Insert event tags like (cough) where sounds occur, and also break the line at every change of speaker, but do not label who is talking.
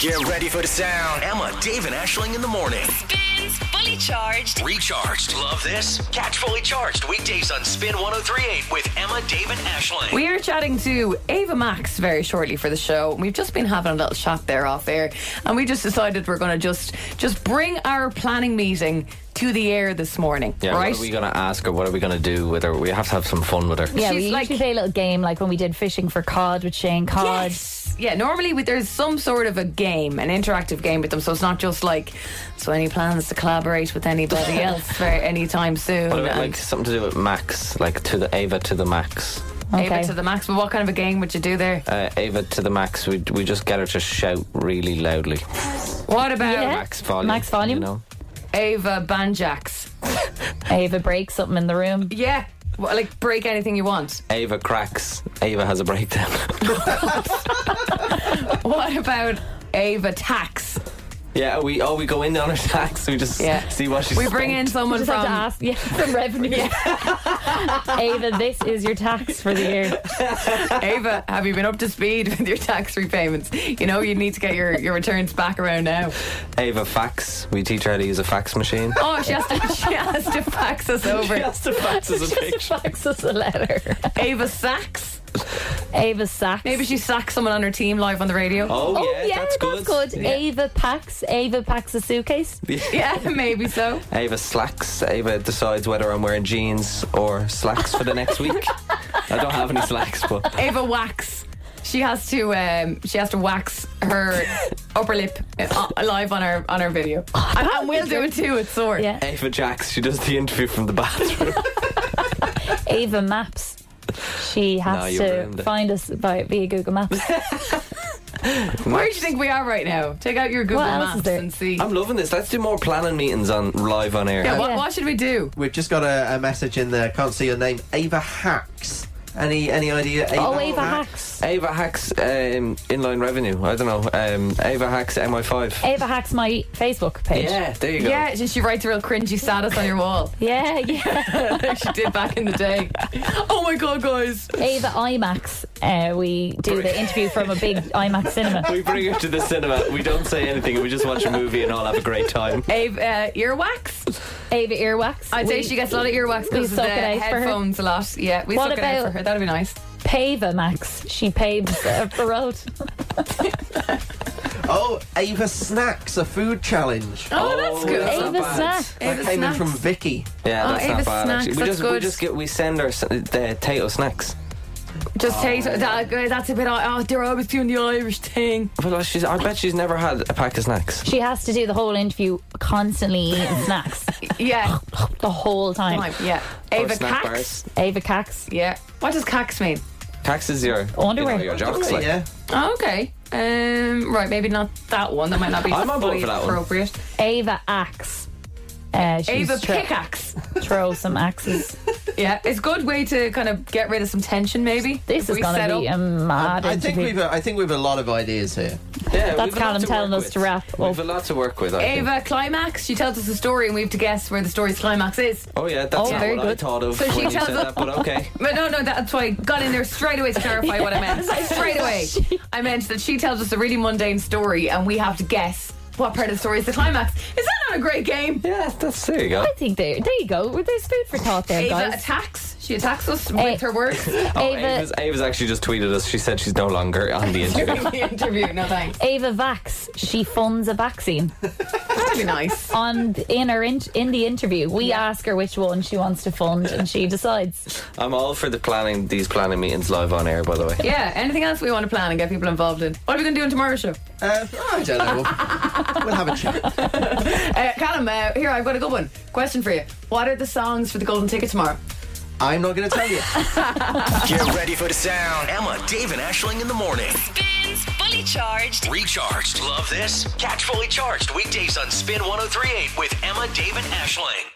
Get ready for the sound.
Emma, Dave, and Ashling in the morning.
Spins Fully Charged.
Recharged. Love this? Catch fully charged weekdays on Spin 1038 with Emma, Dave, and Ashling.
We are chatting to Ava Max very shortly for the show. We've just been having a little chat there off air, and we just decided we're going to just just bring our planning meeting to the air this morning,
Yeah,
right?
what are we going to ask her? What are we going to do with her? We have to have some fun with her.
Yeah,
She's
we
like-
usually play a little game like when we did fishing for cod with Shane Cod.
Yes. Yeah, normally we, there's some sort of a game, an interactive game with them, so it's not just like, so any plans to collaborate with
(laughs)
anybody else for anytime soon?
What about,
and
like something to do with Max, like to the Ava to the Max,
Ava
Okay.
to the max, but what kind of a game would you do there?
uh, Ava to the Max. We we just get her to shout really loudly.
What about
Yeah.
Max volume.
Max volume?
You know,
Ava Banjax?
Ava breaks something in the room.
Yeah, well, like break anything you want.
Ava cracks. Ava has a breakdown. (laughs)
What about Ava Tax?
yeah, we oh we go in on her tax. We just
Yeah.
see what she's.
We bring in someone
Just have to
from.
ask (laughs) yeah, from revenue. (laughs) Ava, this is your tax for the
(laughs)
year.
Ava, have you been up to speed with your tax repayments? You know, you need to get your, your returns back around now.
Ava fax. We teach her how to use a fax machine. (laughs)
Oh, she has to, (laughs) she has to fax us over.
to fax us a
Just fax us a letter. (laughs)
Ava Sacks.
Ava Sacks.
Maybe she sacks someone on her team live on the radio.
Oh,
Oh
yeah, that's good. (laughs)
Ava packs. Ava packs a suitcase.
Yeah, maybe so.
Ava slacks. Ava decides whether I'm wearing jeans or slacks for the next week. I don't have any slacks, but
Ava Wax. She has to um, she has to wax
(laughs)
her upper lip uh, live on her on her video. and, and we'll do it too, it's sore.
Oh, Yeah.
Ava Jacks. She does the interview from the bathroom.
Ava Maps. She
No,
has
you ruined
to
it.
find us by via
(laughs)
Google Maps.
(laughs) Where do you think we are right now? Take out your Google
What else is
Maps
there?
and see.
I'm loving this. Let's do more planning meetings on live on air.
yeah, what,
Yeah.
what should we do?
We've just got a, a message in there. Can't see your name. Ava Hacks. Any any idea? Ava
oh, Ava hacks.
Ava hacks um, inline revenue. I don't know. Um, Ava hacks MI5.
Ava hacks my Facebook page.
Yeah, there you go.
Yeah, she- she writes a real cringy status on your wall. (laughs)
yeah. yeah.
like she did back in the day. (laughs) Oh my god, guys.
Ava IMAX. Uh, we do the interview from
(laughs)
a big IMAX cinema.
We bring her to the cinema. We don't say anything. We just watch a movie and all have a great time.
Ava uh, earwax.
Ava Earwax.
I'd say
We-
she gets a lot of earwax
we
because of the
suck it out for her.
headphones a lot. Yeah, we
What
suck it out
about-
for her. That'd be nice.
Pava Max. She paves uh, the road.
Oh, Ava Snacks, a food challenge.
Oh, (laughs) that's good.
that's not
Ava
bad.
Snack.
that
Ava
came
Snacks.
in from Vicky.
Yeah,
Oh,
that's
Ava
not bad.
snacks,
actually. We
that's
just we
good.
just get we send her s- the Tato snacks.
Just taste that. That's a bit. Oh, they're always doing the Irish (laughs) thing.
Well, she's, I bet she's never had a pack of snacks.
She has to do the whole interview constantly eating
(laughs)
snacks
Yeah,
the whole time.
Fine, yeah.
Or
Ava
Oh,
Cax.
snack bars.
Ava Cax.
Yeah. What does Cax mean?
Cax is your
Underwear.
You know, your jocks, like.
yeah.
Oh, okay. Um. Right. Maybe not that one. That might not be
I'm on board
fully
for that one.
appropriate.
Ava Axe. Uh, she's
Ava
tro-
pickaxe.
(laughs) Throw some axes.
Yeah, it's a good way to kind of get rid of some tension. Maybe
This
If (laughs)
is
we
going
set
to be
up-
a mad
I think
interview.
we've a, I think we've a lot of ideas here.
Yeah, we've a
That's
lot
Callum
to
telling
work
us
with.
to wrap
We've
up.
a lot to work with. I think.
Ava climax. She tells us a story, and we have to guess where the story's climax is.
Oh yeah, that's
Oh,
not
very
what I
good.
thought of
So she
when you
tells
said
us-
that, but
(laughs)
okay.
But no, no, that's why I got in there straight away to clarify what I meant. Straight
(laughs)
away. I meant that she tells us a really mundane story and we have to guess what part of the story is the climax. Is that not a great game?
Yeah, that's there you go.
I think there, there you go. There's food for thought there,
Ava
guys.
attacks. She attacks us
Eh.
with her words. (laughs)
Oh,
Ava-
Ava's, Ava's actually just tweeted us. She said she's no longer on
(laughs)
the interview.
During the interview. No thanks.
Ava Vax. She funds a vaccine.
That'd be nice.
On in her in, in the interview, we ask her which one she wants to fund, and she decides.
I'm all for the planning these planning meetings live on air. By the way,
Yeah, anything else we want to plan and get people involved in? What are we going to do in tomorrow's show?
Uh, I don't know. We'll- we'll have a chat.
Uh, Callum, uh, here, I've got a good one. Question for you. What are the songs for the Golden Ticket tomorrow?
I'm not going to tell you.
Get ready for the sound.
Emma, Dave, and Ashling in the morning.
Spins Fully Charged.
oh Recharged. Love this? Catch fully charged weekdays on Spin 1038 with Emma, Dave, and Ashling.